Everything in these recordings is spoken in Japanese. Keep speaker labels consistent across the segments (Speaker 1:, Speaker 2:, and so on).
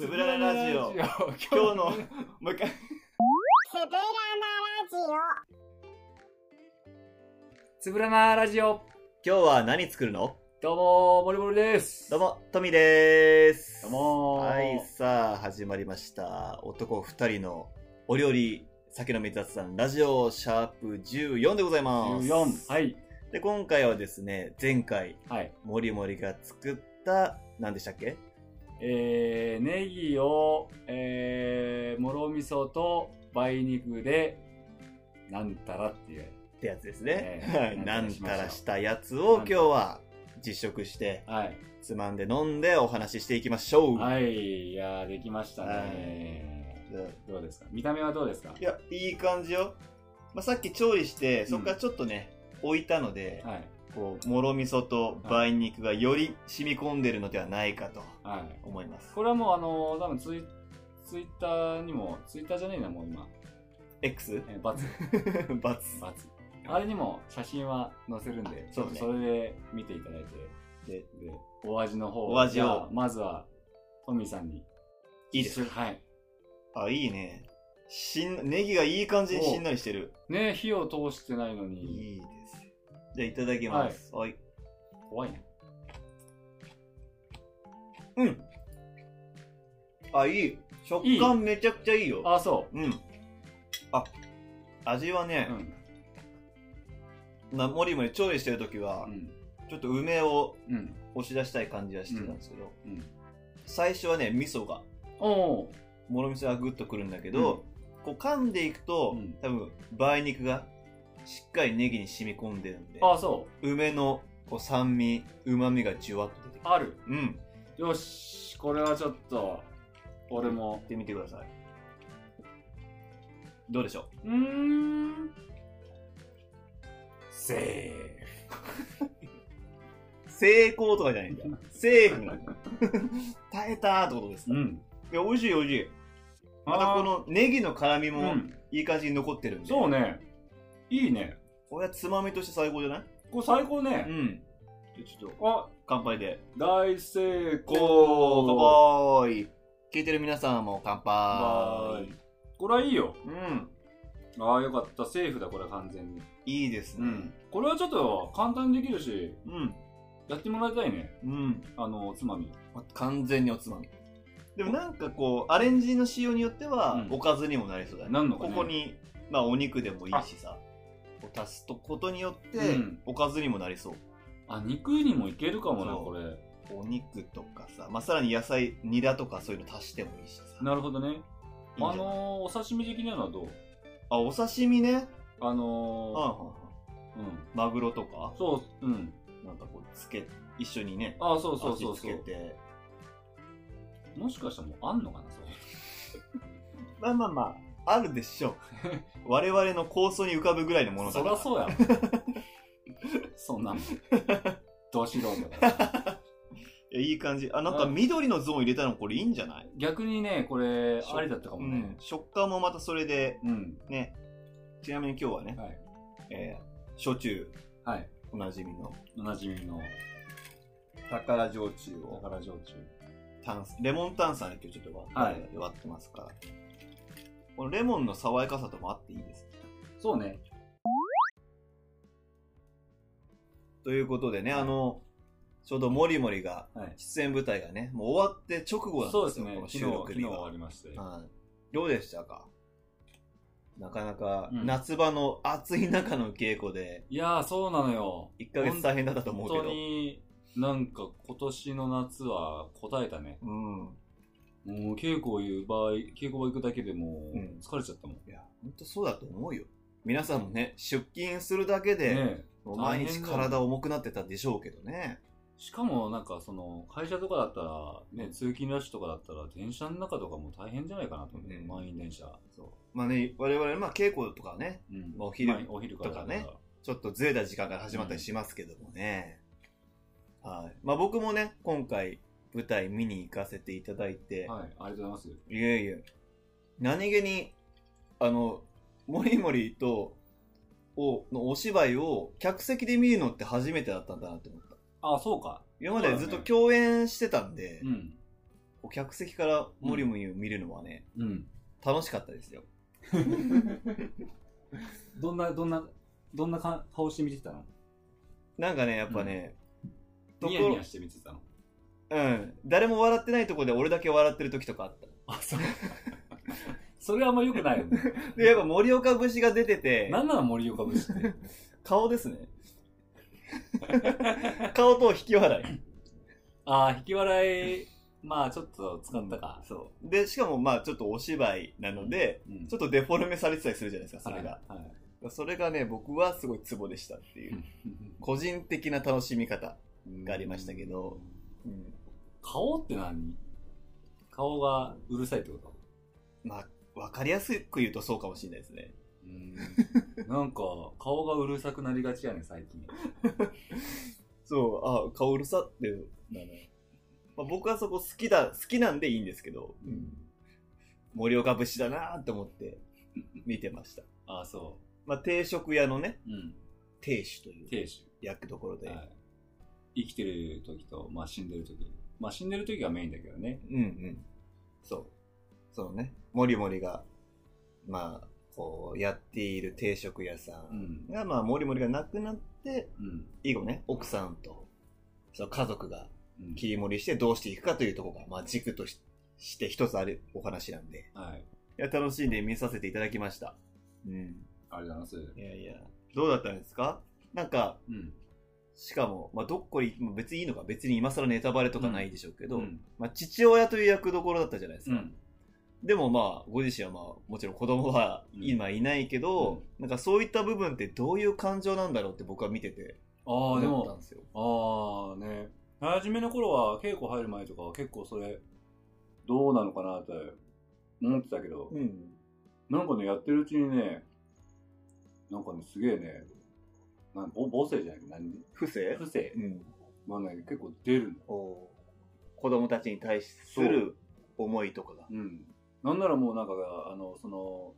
Speaker 1: つぶらなラジオ。今日の、もう一回。
Speaker 2: セブラナラジ
Speaker 3: つぶらなラジオ
Speaker 1: 今日は何作るの
Speaker 3: どうもー、もりもりです
Speaker 1: どうも、トミーでーす。
Speaker 3: どうもー
Speaker 1: はい、さあ、始まりました。男二人のお料理、酒飲み雑談、ラジオ、シャープ14でございます。。
Speaker 3: 14。はいい。
Speaker 1: で、今回はですね、前回、
Speaker 3: はい。
Speaker 1: もりもりが作った、何でしたっけ
Speaker 3: えー、ネギを、えー、もろみそと梅肉で、なんたらっていう。
Speaker 1: ってやつですね。
Speaker 3: ええ
Speaker 1: はいな
Speaker 3: なんん
Speaker 1: た
Speaker 3: た
Speaker 1: ら
Speaker 3: ら
Speaker 1: し
Speaker 3: した
Speaker 1: やつを今日は実食して、
Speaker 3: はい。
Speaker 1: つまんで飲んでお話ししていきましょう。
Speaker 3: はい。いやー、できましたね。
Speaker 1: じゃあ
Speaker 3: どうですか見た目はどうですか
Speaker 1: いや、いい感じよ。まあ、さっき調理して、そこからちょっとね、置いたので、
Speaker 3: はい。
Speaker 1: こう、もろみそと梅肉がより染み込んでるのではないかと
Speaker 3: はい。
Speaker 1: 思います。
Speaker 3: これはもう、あのー、多分ツイツイッターにも、ツイッターじゃねえな、もう今。
Speaker 1: X?
Speaker 3: えー、バツ、
Speaker 1: バツ。
Speaker 3: バツ。あれにも写真は載せるんで、
Speaker 1: あ
Speaker 3: ち
Speaker 1: そ
Speaker 3: ょ
Speaker 1: う
Speaker 3: っ
Speaker 1: ね
Speaker 3: とそれで見ていただいて。
Speaker 1: で、
Speaker 3: で、お味の方
Speaker 1: お味を
Speaker 3: じゃあまずは、トミーさんに。
Speaker 1: いいです
Speaker 3: かはい。
Speaker 1: あ、いいね。しん、ネギがいい感じにしんなりしてる。
Speaker 3: ね火を通してないのに、
Speaker 1: いいです。じゃあ、いただきます。はい。
Speaker 3: 怖いね。
Speaker 1: うん。あ、いい。食感めちゃくちゃいいよ。
Speaker 3: あ、そう。
Speaker 1: うん。あ、味はね
Speaker 3: う、ん。
Speaker 1: なもりもり調理してる時
Speaker 3: う
Speaker 1: は、
Speaker 3: ん。
Speaker 1: ちょっと梅を
Speaker 3: うん。
Speaker 1: 押し出したい感じはしてたんですけど、
Speaker 3: うん。
Speaker 1: 最初はね味噌が
Speaker 3: おー
Speaker 1: もろ味噌がグッとくるんだけど、こう噛んでいくと、
Speaker 3: うん
Speaker 1: 多分梅肉がしっかりネギに染み込んでるんで
Speaker 3: あ、そう。
Speaker 1: 梅のこう酸味うまみがじゅわっと出てくる
Speaker 3: ある。
Speaker 1: うん行
Speaker 3: よし、これはちょっと、俺も
Speaker 1: っ。てみてくださいどうでしょ
Speaker 3: うーん。セーフ。
Speaker 1: う成功とかじゃないんだよセーフなんだよ耐えたーってことですか、い
Speaker 3: ん。
Speaker 1: や美味しい美味しいまたこのネギの辛み
Speaker 3: あ
Speaker 1: も
Speaker 3: ー、うん。
Speaker 1: いい感じに残ってるんで、
Speaker 3: そうね。いいね。
Speaker 1: これはつまみとして最高じゃない
Speaker 3: これ最高ね。
Speaker 1: んじゃあちょっと
Speaker 3: あ、
Speaker 1: 乾杯で
Speaker 3: 大成
Speaker 1: こう、
Speaker 3: 功。
Speaker 1: 乾杯聞いてる皆さんも乾杯
Speaker 3: これはいいよ。
Speaker 1: うん。
Speaker 3: ああ、よかった。セーフだ、これ完全に。
Speaker 1: いいです
Speaker 3: う
Speaker 1: ね
Speaker 3: ん。。これはちょっと簡単にできるし、
Speaker 1: うん。
Speaker 3: やってもらいたいね。
Speaker 1: うん。
Speaker 3: あの、おつまみ。
Speaker 1: 完全におつまみ。でもなんかこう、アレンジの仕様によっては、
Speaker 3: うん
Speaker 1: おかずにもなりそうだね。
Speaker 3: なんのか
Speaker 1: こ
Speaker 3: ね
Speaker 1: こに、まあお肉でもいいしさ、こう足すとことによって
Speaker 3: うん、
Speaker 1: おかずにもなりそう。
Speaker 3: あ、肉にもいけるかもな、
Speaker 1: そう
Speaker 3: これ。
Speaker 1: お肉とかさ、まあさらに野菜、ニラとかそういうの足してもいいしさ。
Speaker 3: なるほどね。
Speaker 1: いいん
Speaker 3: あ
Speaker 1: じゃない
Speaker 3: のー、お刺身的なのはどう
Speaker 1: あ、お刺身ね。
Speaker 3: あ
Speaker 1: うん
Speaker 3: の
Speaker 1: うんうん
Speaker 3: ー、うん。
Speaker 1: マグロとか、
Speaker 3: そう、うん。
Speaker 1: なんかこう、つけ、一緒にね、
Speaker 3: あ、そうそうそう
Speaker 1: 味
Speaker 3: そ
Speaker 1: 付け
Speaker 3: う。
Speaker 1: て。
Speaker 3: もしかしたらもうあんのかな、それ。
Speaker 1: まあまあまあ、あるでしょ う。我々の構想に浮かぶぐらいのもの
Speaker 3: そ
Speaker 1: だか
Speaker 3: りゃ
Speaker 1: ら。
Speaker 3: そうやろ。 そん なの。ど素人だから。
Speaker 1: いやいい感じ。あ、なんか緑のゾーン入れたのこれいいんじゃない
Speaker 3: 逆にね、これ、
Speaker 1: そう
Speaker 3: ありだったか
Speaker 1: う
Speaker 3: も
Speaker 1: ん
Speaker 3: ね。。
Speaker 1: 食感もまたそれで、
Speaker 3: うん。
Speaker 1: ね。ちなみに今日はね、
Speaker 3: はい。
Speaker 1: えー、焼酎、
Speaker 3: はい。
Speaker 1: おなじみの、
Speaker 3: おなじみの、
Speaker 1: 宝焼酎を、
Speaker 3: 宝焼酎。
Speaker 1: 炭酸レモン炭酸で今日ちょっと割,、
Speaker 3: はい
Speaker 1: 割ってますから。このレモンの爽やかさともあっていいです。
Speaker 3: そうね。
Speaker 1: ということでね、あの、ちょうどモリモリが、
Speaker 3: はい。
Speaker 1: 出演舞台がね、もう終わって直後なんですよ、
Speaker 3: そうですね
Speaker 1: こ。の
Speaker 3: 昨
Speaker 1: 収
Speaker 3: 日、昨
Speaker 1: 録
Speaker 3: 日
Speaker 1: 日が。
Speaker 3: 終わりまして。
Speaker 1: はい。どうでしたかなかなか、
Speaker 3: うん
Speaker 1: 夏場の暑い中の稽古で、
Speaker 3: いやー、そうなのよ。
Speaker 1: 1ヶ月大変だったと思うけ
Speaker 3: 本
Speaker 1: ど
Speaker 3: 当。に、なんか今年の夏は答えたね。
Speaker 1: うん。
Speaker 3: もう稽古を言う場合、稽古場行くだけでもう
Speaker 1: うん
Speaker 3: 疲れちゃったもん。
Speaker 1: いや、本当そうだと思うよ。皆さんもね、出勤するだけで、
Speaker 3: ねえ
Speaker 1: もう毎
Speaker 3: 大
Speaker 1: 日
Speaker 3: 変だよ
Speaker 1: 体重くなってたでしょうけどね。
Speaker 3: しかもなんかその会社とかだったら、ね、通勤ラッシュとかだったら電車の中とかも大変じゃないかなと思って、
Speaker 1: うん
Speaker 3: 満員電車。
Speaker 1: そう。まあね、我々、まあ稽古とかね、
Speaker 3: うん
Speaker 1: お昼
Speaker 3: まあお昼からだ
Speaker 1: とかちょっとずれた時間から始まったりしますけどもね。はい。まあ僕もね、今回舞台見に行かせていただいて、
Speaker 3: はい、ありがとうございます。
Speaker 1: いやいや。何気に、あの、モリモリと、を、のお芝居を客席で見るのって初めてだったんだなって思った。
Speaker 3: あ、そうか。
Speaker 1: 今まで
Speaker 3: そ
Speaker 1: ず
Speaker 3: う
Speaker 1: っ
Speaker 3: だね
Speaker 1: と共演してたんで、
Speaker 3: うん。
Speaker 1: こう客席からモリモリ見るのはね、
Speaker 3: うん。
Speaker 1: 楽しかったですよ。
Speaker 3: どんな、どんな、どんなか顔して見てたの
Speaker 1: なんかね、やっぱね、と
Speaker 3: ニ
Speaker 1: こ
Speaker 3: ヤニヤして見てたの。
Speaker 1: うん、誰も笑ってないところで俺だけ笑ってる時とかあった。
Speaker 3: あ、そう。 それはあんま良くないよね。
Speaker 1: で、やっぱ盛岡節が出てて、
Speaker 3: なんなの森岡 節って。
Speaker 1: 顔 ですね。顔と引き笑い。
Speaker 3: ああ、引き笑い、まあちょっと使ったか。
Speaker 1: そう。で、しかもまあちょっとお芝居なので、
Speaker 3: うん
Speaker 1: ちょっとデフォルメされてたりするじゃないですか、それが。。
Speaker 3: はいはい
Speaker 1: それがね、僕はすごいツボでしたっていう。個人的な楽しみ方がありましたけど、うん
Speaker 3: 顔って何顔がうるさいってこと
Speaker 1: まあ、わかりやすく言うとそうかもしれないですね。
Speaker 3: うん。なんか、顔がうるさくなりがちやね、最近。
Speaker 1: そう、あ、顔うるさっていうのはねまあ、僕はそこ好きだ、好きなんでいいんですけど、盛岡節だなーって思って見てました。
Speaker 3: ああ、そ
Speaker 1: まあ、定食屋のね、
Speaker 3: う。うん。
Speaker 1: 亭主という
Speaker 3: 亭主。
Speaker 1: 役どころで、
Speaker 3: はい、生きてる時と、まあ、死んでる時まあ死んでる時がメインだけどね
Speaker 1: うんうん。そう。そのね、もりもりが、まあ、こう、やっている定食屋さん
Speaker 3: ん
Speaker 1: が、まあ、もりもりが亡くなって、
Speaker 3: うん、
Speaker 1: 以後ね、奥さんと、その家族が
Speaker 3: うん、
Speaker 1: 切り盛りしてどうしていくかというところが、まあ、軸としして一つあるお話なんで。
Speaker 3: はい
Speaker 1: いや、楽しんで見させていただきました。うん。
Speaker 3: ありがとうございます
Speaker 1: いやいや、どうだったんですかなんか、
Speaker 3: うん
Speaker 1: しかも、まあ、どっこい、まあ別にいいのか、別に今更ネタバレとかないでしょうけど、
Speaker 3: うん
Speaker 1: まあ、父親という役どころだったじゃないです
Speaker 3: う
Speaker 1: か。
Speaker 3: ん
Speaker 1: でもまあ、ご自身はまあ、もちろん子供は
Speaker 3: うん
Speaker 1: 今いないけど、なんかそういった部分ってどういう感情なんだろうって僕は見てて
Speaker 3: ああで
Speaker 1: 思ったん
Speaker 3: も
Speaker 1: ですよ。
Speaker 3: ああね初めの頃は稽古入る前とかは結構それどうなのかなって思ってたけど、
Speaker 1: うん。
Speaker 3: なんかねやってるうちにねなんかねすげえねなんぼ母性じゃない何
Speaker 1: 不正
Speaker 3: 不正
Speaker 1: うん。
Speaker 3: まあね結構出るんだ
Speaker 1: お子供たちに対する思いとかが。
Speaker 3: うん。なんならもうなんか、あの、その、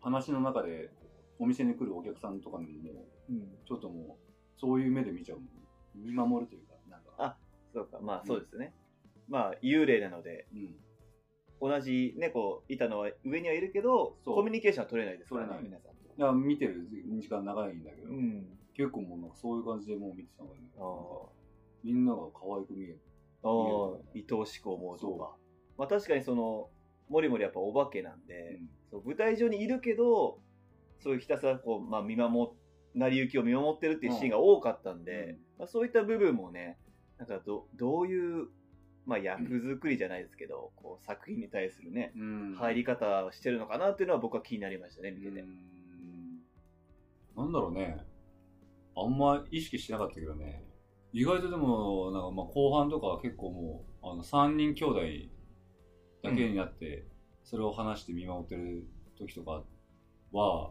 Speaker 3: 話の中でお店に来るお客さんとかにも、
Speaker 1: うん。
Speaker 3: ちょっともう、そういう目で見ちゃうもん。見守るというか、なんか。
Speaker 1: あそうか、まあそうですね。まあ、幽霊なので、
Speaker 3: うん。
Speaker 1: 同じね、こう、いたのは上にはいるけど、
Speaker 3: そう
Speaker 1: コミュニケーションは取れないですからね
Speaker 3: 取、れな
Speaker 1: 皆さんと。
Speaker 3: いや、見てる時間長いんだけど、
Speaker 1: うん。
Speaker 3: 結構もうなんかそういう感じでもう見てたからね。
Speaker 1: あー
Speaker 3: みんなが可愛く見える。
Speaker 1: ああ、
Speaker 3: 見
Speaker 1: 愛おしく思うとか
Speaker 3: そ。
Speaker 1: まあ確かにその、もりもりやっぱお化けなんで、
Speaker 3: うん
Speaker 1: そう舞台上にいるけど、そういうひたすらこう、まあ、見守っ、成り行きを見守ってるっていうシーンが多かったんで、
Speaker 3: うん
Speaker 1: まあ、そういった部分もね、なんかどどういう、まあ、役作りじゃないですけど、こう作品に対するね、
Speaker 3: うん
Speaker 1: 入り方をしてるのかなっていうのは僕は気になりましたね、見てて。
Speaker 3: うんなんだろうね。あんま意識してなかったけどね。意外とでも、なんかまあ後半とかは結構もう、あの、3人兄弟だけになって、それを話して見守ってる時とかは、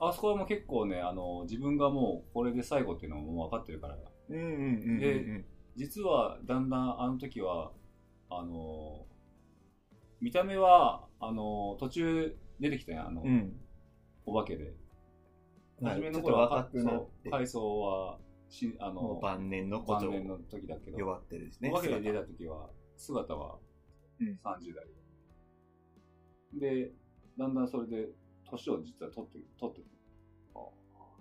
Speaker 3: あそこはもう結構ね、あの、自分がもうこれで最後っていうのはもう分かってるから、
Speaker 1: うんうんうんうんうん
Speaker 3: で実はだんだんあの時はあの見た目はあの途中出てきたやんあの、
Speaker 1: うん。
Speaker 3: お化けで
Speaker 1: はい
Speaker 3: 初めの頃は
Speaker 1: ちょっと若くなって
Speaker 3: そう階層はしあ
Speaker 1: も
Speaker 3: の
Speaker 1: う晩年のこと
Speaker 3: 晩年の時だけど、
Speaker 1: 弱ってるですね。
Speaker 3: お化けで出
Speaker 1: 姿
Speaker 3: た時は姿は
Speaker 1: うん
Speaker 3: 30代、でだんだんそれで年を実は取って取って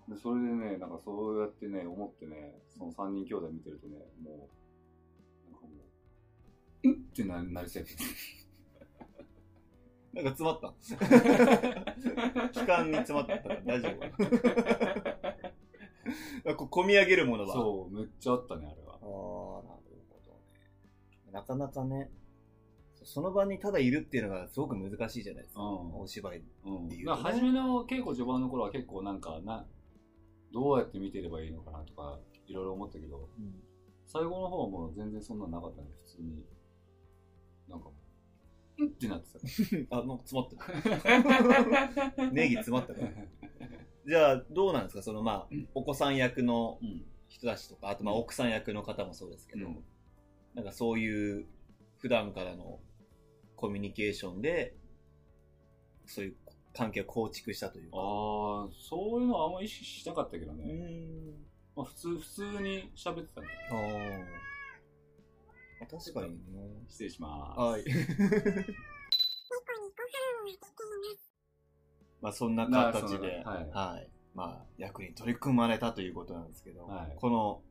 Speaker 3: でそれでねなんかそうやってね思ってねその3人兄弟見てるとねもうなんかもううんってななりそうやけど
Speaker 1: なんか詰まっ た。期間に詰まったから大丈夫 かこう込み上げるものは。
Speaker 3: そうめっちゃあったねあれは
Speaker 1: ああ、なるほどね。なかなかね、その場にただいるっていうのがすごく難しいじゃないですか。
Speaker 3: うん
Speaker 1: お芝居。
Speaker 3: うん、
Speaker 1: っていうね
Speaker 3: だから初めの稽古序盤の頃は結構なんかなどうやって見てればいいのかなとかいろいろ思ったけど最後の方はもう全然そんなのなかったね普通になんかうんって なってたね
Speaker 1: あ、なんか詰ま ってる。ネギ詰まったから。じゃあ、どうなんですかその、まあ
Speaker 3: うん、
Speaker 1: お子さん役の
Speaker 3: うん
Speaker 1: 人たちとか、あと、まあ、
Speaker 3: うん
Speaker 1: 奥さん役の方もそうですけど、
Speaker 3: うん
Speaker 1: なんかそういう、普段からのコミュニケーションで、そういう関係を構築したという
Speaker 3: あ
Speaker 1: か。
Speaker 3: あそういうのはあんま意識しなかったけど
Speaker 1: う
Speaker 3: ね、
Speaker 1: ーん。
Speaker 3: まあ、普通普通に喋ってたね
Speaker 1: あーあ確かにね。
Speaker 3: 失礼します。
Speaker 1: はい。
Speaker 2: ニコニコファンを当てています。
Speaker 1: まあそんな形で、
Speaker 3: なはい
Speaker 1: はい。まあ、役に取り組まれたということなんですけど、
Speaker 3: はい
Speaker 1: この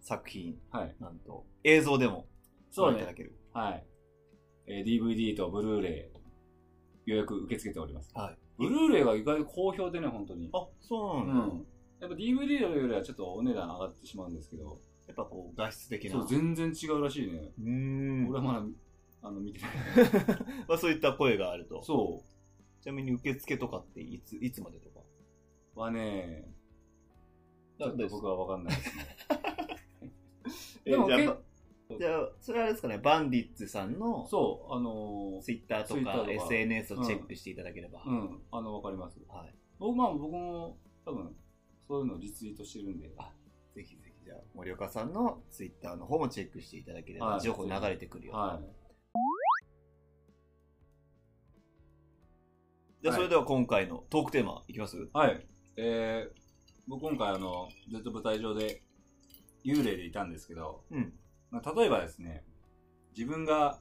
Speaker 1: 作品、
Speaker 3: はい。
Speaker 1: なんと、映像でも
Speaker 3: そう
Speaker 1: ご覧いただ
Speaker 3: ね。
Speaker 1: ける。
Speaker 3: はい。えー DVD とブルーレイ、予約受け付けております。
Speaker 1: はい。
Speaker 3: ブルーレイが意外と好評でね、本当に。
Speaker 1: あ、そううなんだ。
Speaker 3: ん。やっぱ DVD よりはちょっとお値段上がってしまうんですけど、
Speaker 1: やっぱこう、画質的な。
Speaker 3: そう、全然違うらしいね。
Speaker 1: うーん。
Speaker 3: 俺はまだ、あの、見てない。
Speaker 1: まあそういった声があると。
Speaker 3: そ
Speaker 1: ちなみに受付とかっていつ、いつまでとか。
Speaker 3: う。はね、ちょっと僕はわかんないですね。
Speaker 1: えー
Speaker 3: でも
Speaker 1: じゃあ
Speaker 3: 結
Speaker 1: ばじゃあ、それはあれですかね、バンディッツさんの
Speaker 3: そう、あの
Speaker 1: ツイッターと
Speaker 3: Twitter と
Speaker 1: か
Speaker 3: か
Speaker 1: SNS をチェックしていただければ。
Speaker 3: ー、うん、あの、わかります。
Speaker 1: はい。
Speaker 3: 僕、まあ僕も多分、そういうのをリツイートしてるんで、
Speaker 1: ぜひぜひ、じゃあ、森岡さんのツイッターの方もチェックしていただければ、
Speaker 3: はい
Speaker 1: 情報流れてくるよ。
Speaker 3: はい。
Speaker 1: じゃあ、それでは今回のトークテーマいきます
Speaker 3: はい。えー、僕今回あの、ずっと舞台上で幽霊でいたんですけど、
Speaker 1: うん。
Speaker 3: まあ、例えばですね、自分が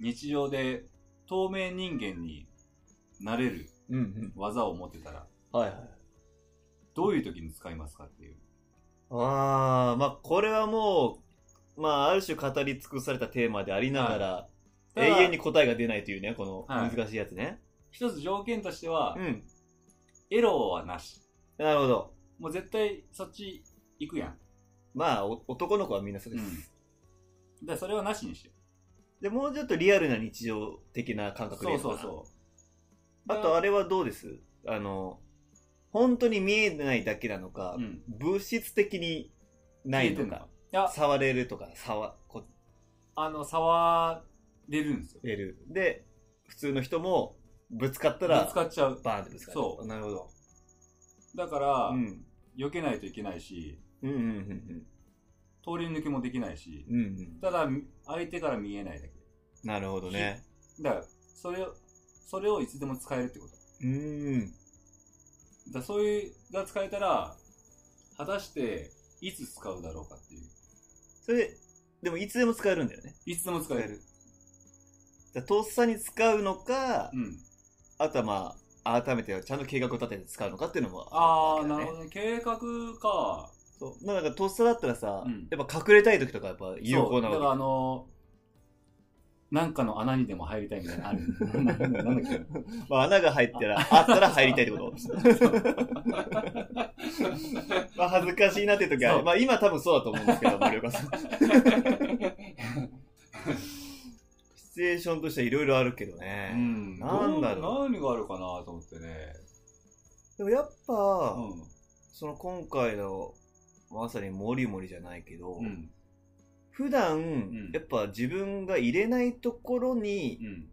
Speaker 3: 日常で透明人間になれる
Speaker 1: うんうん。
Speaker 3: 技を持ってたら、
Speaker 1: はいはい。
Speaker 3: どういう時に使いますかっていう。
Speaker 1: ああ、まあ、これはもう、まあ、ある種語り尽くされたテーマでありながら、
Speaker 3: ただ
Speaker 1: 永遠に答えが出ないというね、この
Speaker 3: はい
Speaker 1: 難しいやつね。
Speaker 3: 一つ条件としては、
Speaker 1: うん。
Speaker 3: エロはなし。
Speaker 1: なるほど。
Speaker 3: もう絶対そっち行くやん。
Speaker 1: まあ、お男の子はみんなそう
Speaker 3: う
Speaker 1: で
Speaker 3: ん
Speaker 1: す。。
Speaker 3: だからそれはなしにして。
Speaker 1: で、もうちょっとリアルな日常的な感覚でいいう
Speaker 3: そ
Speaker 1: のか
Speaker 3: そ
Speaker 1: な
Speaker 3: うそう。
Speaker 1: あと、あれはどうですあの、本当に見えないだけなのか、
Speaker 3: うん。
Speaker 1: 物質的にない
Speaker 3: 消え
Speaker 1: の
Speaker 3: てんの
Speaker 1: か
Speaker 3: か、いや、
Speaker 1: 触れるとか、触こ
Speaker 3: あの、触れるんですよ。
Speaker 1: れる。で、普通の人もぶつかった
Speaker 3: ぶ
Speaker 1: ら
Speaker 3: つ、かっちゃう。
Speaker 1: バーンってぶつかる。
Speaker 3: そう
Speaker 1: なるほど。
Speaker 3: だから、
Speaker 1: うん。
Speaker 3: 避けないといけないし、
Speaker 1: うんうんうん
Speaker 3: 通り抜けもできないし
Speaker 1: う、ん。うんうん。
Speaker 3: ただ、相手から見えないだけ。
Speaker 1: なるほどね。
Speaker 3: だから、それを、それをいつでも使えるってこと。
Speaker 1: うーん。
Speaker 3: だからそういう、が使えたら、果たして、いつ使うだろうかっていう。
Speaker 1: それ、でもいつでも使えるんだよね。
Speaker 3: いつでも使える。
Speaker 1: じゃあとっさに使うのか、
Speaker 3: うん。
Speaker 1: あとはまあ、改めてちゃんと計画を立てて使うのかっていうのも
Speaker 3: あ
Speaker 1: る
Speaker 3: ー、
Speaker 1: わけだ
Speaker 3: な
Speaker 1: ね
Speaker 3: るほどね。計画か。
Speaker 1: そう。まあなんかとっさだったらさ、
Speaker 3: うん
Speaker 1: やっぱ隠れたい時とかやっぱ有効な
Speaker 3: そうだからあ
Speaker 1: わ
Speaker 3: のなんかの穴にでも入りたいみたいなの ある。なななんだっけ
Speaker 1: け。まあ穴が入ったら、あったら入りたいってこと。まあ恥ずかしいなって時はあ
Speaker 3: そ
Speaker 1: る。
Speaker 3: う
Speaker 1: まあ今多分そうだと思うんですけど、森岡さん。シチュエーションとしてはいろいろあるけどね。
Speaker 3: うん。
Speaker 1: なんだろ
Speaker 3: う。何があるかなと思ってね。
Speaker 1: でもやっぱ、
Speaker 3: う
Speaker 1: その今回の、まさにモリモリじゃないけど、
Speaker 3: ん。うん。
Speaker 1: 普段、
Speaker 3: ん
Speaker 1: やっぱ自分が入れないところ
Speaker 3: う
Speaker 1: に
Speaker 3: ん。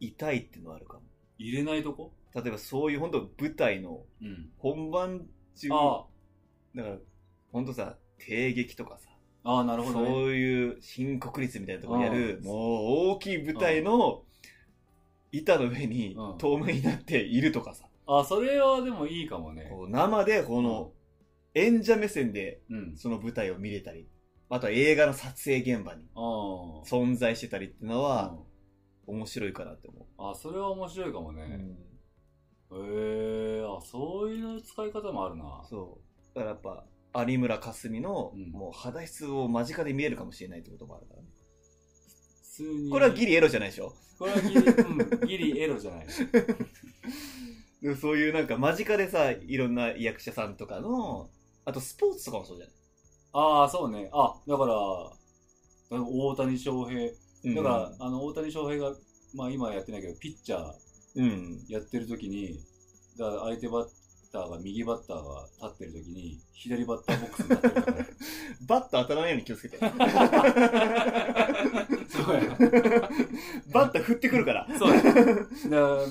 Speaker 1: いたいっていうのはあるかも。
Speaker 3: 入れないとこ
Speaker 1: 例えばそういう本当舞台の
Speaker 3: うん。
Speaker 1: 本番中、
Speaker 3: あ
Speaker 1: だから本当さ、帝劇とかさ、
Speaker 3: あ。ああ、なるほど、ね。
Speaker 1: そういう新国立みたいなところやる
Speaker 3: う、ん
Speaker 1: もう大きい舞台の板の上に
Speaker 3: うん
Speaker 1: 透明になっているとかさ、
Speaker 3: あそれはでもいいかもね。
Speaker 1: こう生でこの演者目線で
Speaker 3: うん。
Speaker 1: その舞台を見れたり、あとは映画の撮影現場に
Speaker 3: あー
Speaker 1: 存在してたりってのは
Speaker 3: うん
Speaker 1: 面白いかなって思
Speaker 3: あ、それは面白いかも
Speaker 1: う。
Speaker 3: ね。へえ、あ、そういう使い方もあるな。
Speaker 1: そう。だからやっぱ、有村架純の、
Speaker 3: うん
Speaker 1: もう肌質を間近で見えるかもしれないってこともあるからね。
Speaker 3: 普通に。
Speaker 1: これはギリエロじゃないでしょ
Speaker 3: これはギリ、うん、ギリエロじゃない。
Speaker 1: でもそういうなんか間近でさ、いろんな役者さんとかの、あとスポーツとかもそうじゃない
Speaker 3: ああ、そうね。あ、だから、大谷翔平。だから、あの、大谷翔平が、まあ今はやってないけど、ピッチャー
Speaker 1: うん、うん。
Speaker 3: やってる時に、だから相手バッターが、右バッターが立ってる時に、左バッターボックスになってる から。
Speaker 1: バット当たらないように気を つけて。
Speaker 3: そうや。
Speaker 1: バット振ってくるから。
Speaker 3: そうや。だから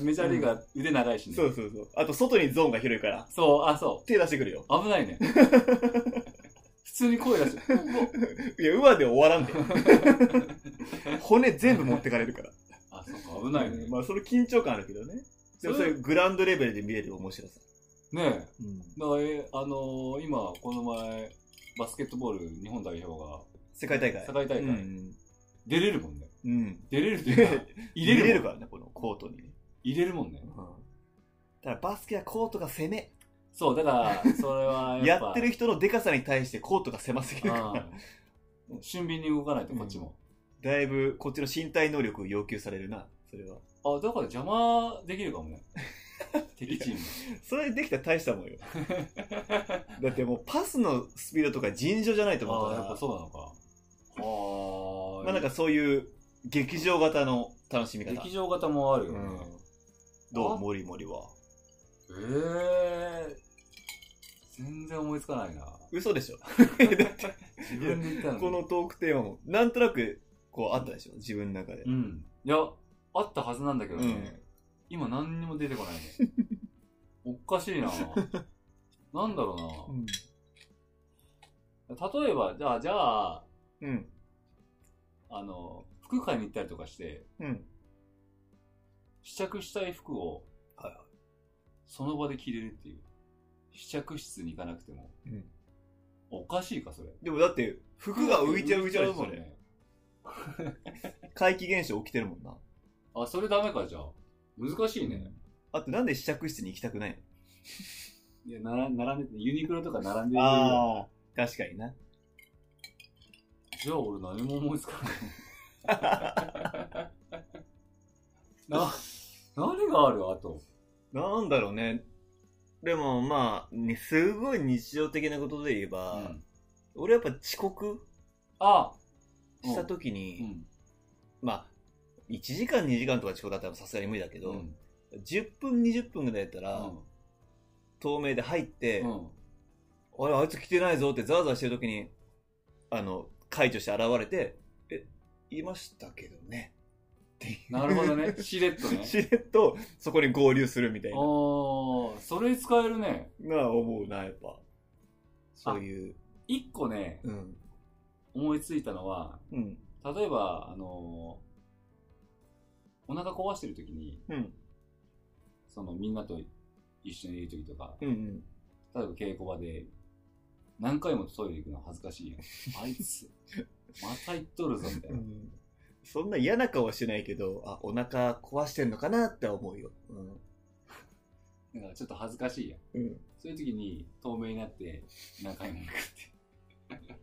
Speaker 3: メジャーリーガー腕長いしね。
Speaker 1: そうそうそう。あと外にゾーンが広いから、
Speaker 3: そう、あ、そ
Speaker 1: 手出してくるよ。
Speaker 3: う。危ない ね。普通に声出して、
Speaker 1: いや、馬で終わらん で。骨全部持ってかれるから。
Speaker 3: あ、そうか、危ないね。
Speaker 1: まあ、その緊張感あるけどね。でもそれグラウンドレベルで見れる面白さ。
Speaker 3: ねえ。
Speaker 1: うん
Speaker 3: だから、えあのー今、この前、バスケットボール日本代表が、
Speaker 1: 世界大会。
Speaker 3: 世界大会
Speaker 1: うん
Speaker 3: 出れるもんね。
Speaker 1: うん。
Speaker 3: 出れるという か、 入れるもん
Speaker 1: れるからね、このコートにね。
Speaker 3: 入れるもんね。
Speaker 1: ただバスケはコートが攻め。
Speaker 3: そう、だから、それはや
Speaker 1: や
Speaker 3: っぱ。
Speaker 1: ってる人のデカさに対してコートが狭すぎるから、
Speaker 3: うん俊敏に動かないと、こっちも。
Speaker 1: だいぶこっちの身体能力を要求されるな、それは。
Speaker 3: あ、だから邪魔できるかも ね。敵チーム。
Speaker 1: それできたら大したもんよ。 だってもうパスのスピードとか尋常じゃないと思うか
Speaker 3: ああ、
Speaker 1: ら
Speaker 3: やっ、ぱそうなのか。はーい。
Speaker 1: まあなんかそういう劇場型の楽しみ方
Speaker 3: 劇。場型もあるよね。
Speaker 1: うんど
Speaker 3: あ
Speaker 1: うモリモリは。
Speaker 3: ええ全然思いつかないな。
Speaker 1: 嘘でしょだって
Speaker 3: 自分で言ったのに。
Speaker 1: このトークテーマも、なんとなくこうあったでしょ自分の中で
Speaker 3: う。ん。いや、あったはずなんだけどね。
Speaker 1: うん
Speaker 3: 今何にも出てこないね。おっかしいな。なんだろ
Speaker 1: うん。
Speaker 3: うな。例えば、じゃあ、じゃあ、
Speaker 1: うん。
Speaker 3: あの、服買いに行ったりとかして、
Speaker 1: うん。
Speaker 3: 試着したい服を、
Speaker 1: はい
Speaker 3: その場で着れるっていう。試着室に行かなくても。
Speaker 1: うん
Speaker 3: おかしいか、それ。
Speaker 1: でもだって、服が浮いちゃう浮いちゃうもん
Speaker 3: 浮いちゃ
Speaker 1: ね。。怪奇現象起きてるもんな。
Speaker 3: あ、それダメか、じゃあ。難しいね。
Speaker 1: あとなんで試着室に行きたくない
Speaker 3: いや、なら、並んでて、ユニクロとか並んで
Speaker 1: の
Speaker 3: る。
Speaker 1: ああ。確かにな。
Speaker 3: じゃあ俺何も思いつかない。な、何があるあと。
Speaker 1: なんだろうね。でもまあ、ね、すごい日常的なことで言えば、
Speaker 3: うん
Speaker 1: 俺やっぱ遅刻
Speaker 3: あ、
Speaker 1: した時に、
Speaker 3: うん。
Speaker 1: まあ、1時間2時間とか遅刻だったらさすがに無理だけど、
Speaker 3: うん。
Speaker 1: 10分20分ぐらいだった
Speaker 3: う
Speaker 1: ら、
Speaker 3: ん。
Speaker 1: 透明で入って、
Speaker 3: うん
Speaker 1: あれ、あいつ来てないぞってザワザワしてる時に、あの、解除して現れて、え、いましたけどね。っていう
Speaker 3: なるほど ね。しれっとね。
Speaker 1: しれっと、そこに合流するみたいな。
Speaker 3: おー、それ使えるね。
Speaker 1: なあ、思うな、やっぱ。そういう。
Speaker 3: 一個ね、
Speaker 1: うん。
Speaker 3: 思いついたのは、
Speaker 1: うん。
Speaker 3: 例えば、あのーお腹壊してる時に、
Speaker 1: うん。
Speaker 3: そのみんなと一緒にいる時とか、
Speaker 1: うんうん。
Speaker 3: 例えば稽古場で、何回もトイレ行くの恥ずかしいやん。あいつ、また行っとるぞ、みたいうな。
Speaker 1: んそんな嫌な顔はしないけど、あ、お腹壊してんのかなって思うよ。
Speaker 3: なんかちょっと恥ずかしいやん。
Speaker 1: うん。うん。
Speaker 3: そういう時に透明になって何回も行くって。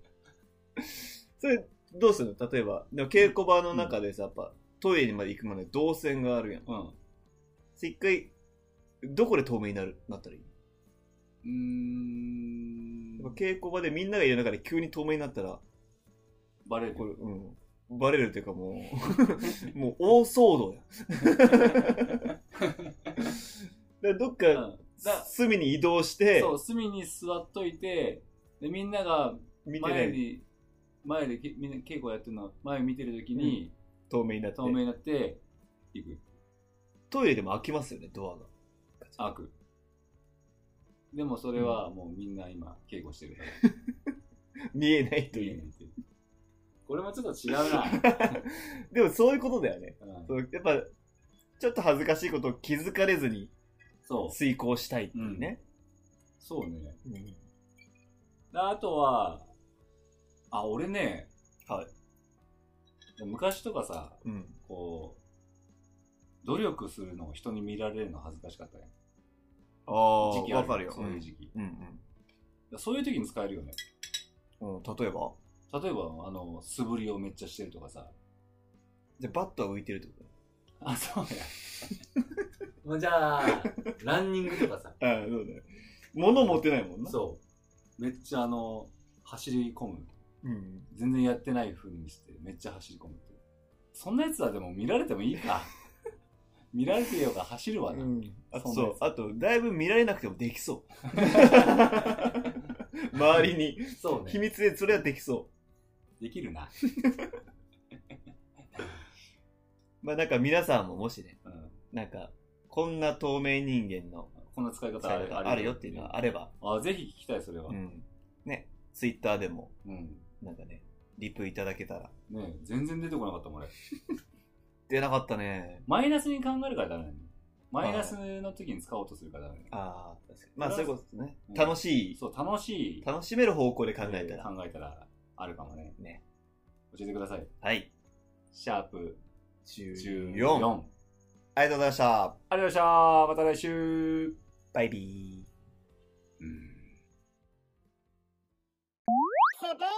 Speaker 1: それ、どうするの例えば、でも稽古場の中でさ、やっぱ、トイレにまで行くまで動線があるやん。
Speaker 3: うん。
Speaker 1: それ一回、どこで透明になる、なったらいい
Speaker 3: うん
Speaker 1: やっぱ稽古場でみんながいる中で急に透明になったら、
Speaker 3: バレる
Speaker 1: こ。れ、うん。バレるっていうかも う、もう大騒動や。だからどっ
Speaker 3: う
Speaker 1: か、
Speaker 3: んだ
Speaker 1: 隅に移動して
Speaker 3: そ、う、隅に座っといて、で、みんなが
Speaker 1: 見てな
Speaker 3: 前
Speaker 1: い
Speaker 3: に、前でけみんな稽古やってるの、前見てる時に
Speaker 1: 透明になって
Speaker 3: 透。明になって行く。
Speaker 1: トイレでも開きますよね、ドアが。
Speaker 3: 開く。でもそれはもうみんな今稽古してるから。
Speaker 1: 見えないと
Speaker 3: い
Speaker 1: い
Speaker 3: いうね。これもちょっと違うな。
Speaker 1: でもそういうことだよね。
Speaker 3: うん
Speaker 1: そうやっぱ、ちょっと恥ずかしいことを気づかれずに
Speaker 3: そう。
Speaker 1: 遂行したいっていうね。
Speaker 3: そうね。
Speaker 1: うん
Speaker 3: あとは、あ、俺ね、
Speaker 1: はい。
Speaker 3: 昔とかさ、
Speaker 1: うん。
Speaker 3: こう、努力するのを人に見られるの恥ずかしかったね。
Speaker 1: ああ
Speaker 3: 時期あ
Speaker 1: わかるよ。
Speaker 3: そういう時期。
Speaker 1: うん
Speaker 3: そういう時に使えるよね。
Speaker 1: うん。うん、例えば
Speaker 3: 例えば、あの、素振りをめっちゃしてるとかさ。
Speaker 1: じゃあバットは浮いてるってこ
Speaker 3: あ、そうや。 もうじゃあ、ランニングとかさ。
Speaker 1: とああ、そうだよ。物持ってないもんな。
Speaker 3: そう。めっちゃあの、走り込む。
Speaker 1: う。うん。
Speaker 3: 全然やってない風にして、めっちゃ走り込むっていう。そんなやつはでも見られてもい いか。見られてようが走るわな。
Speaker 1: あと
Speaker 3: そ
Speaker 1: そうう。あと、だいぶ見られなくてもできそう。 周りに。
Speaker 3: そう
Speaker 1: 秘密でそれはできそ
Speaker 3: できるな。
Speaker 1: う。まあなんか皆さんももしね、
Speaker 3: うん。
Speaker 1: なんか、こんな透明人間の
Speaker 3: こんな使い方ある
Speaker 1: あるよっていうのはあれば、
Speaker 3: あ、ぜひ聞きたい、それは。
Speaker 1: うん。ね、ツイッターでも、
Speaker 3: うん。
Speaker 1: なんかね、リプいただけたら。
Speaker 3: ねえ全然出てこなかったもん、俺。
Speaker 1: 出なかったね。
Speaker 3: マイナスに考えるからダメなの。マイナスの時に使おうとするからダメなの
Speaker 1: ああ、確かに。まあそういうことですね
Speaker 3: うん。
Speaker 1: 楽しい、
Speaker 3: そう、楽しい。
Speaker 1: 楽しめる方向で考えたら。
Speaker 3: 考えたら、あるかもね。
Speaker 1: ね。
Speaker 3: 教えてください。
Speaker 1: はい。
Speaker 3: シャープ
Speaker 1: 14。
Speaker 3: 14。
Speaker 1: ありがとうございました。
Speaker 3: ありがとうございました。また来週。
Speaker 1: バイビー。
Speaker 3: うん
Speaker 2: すべら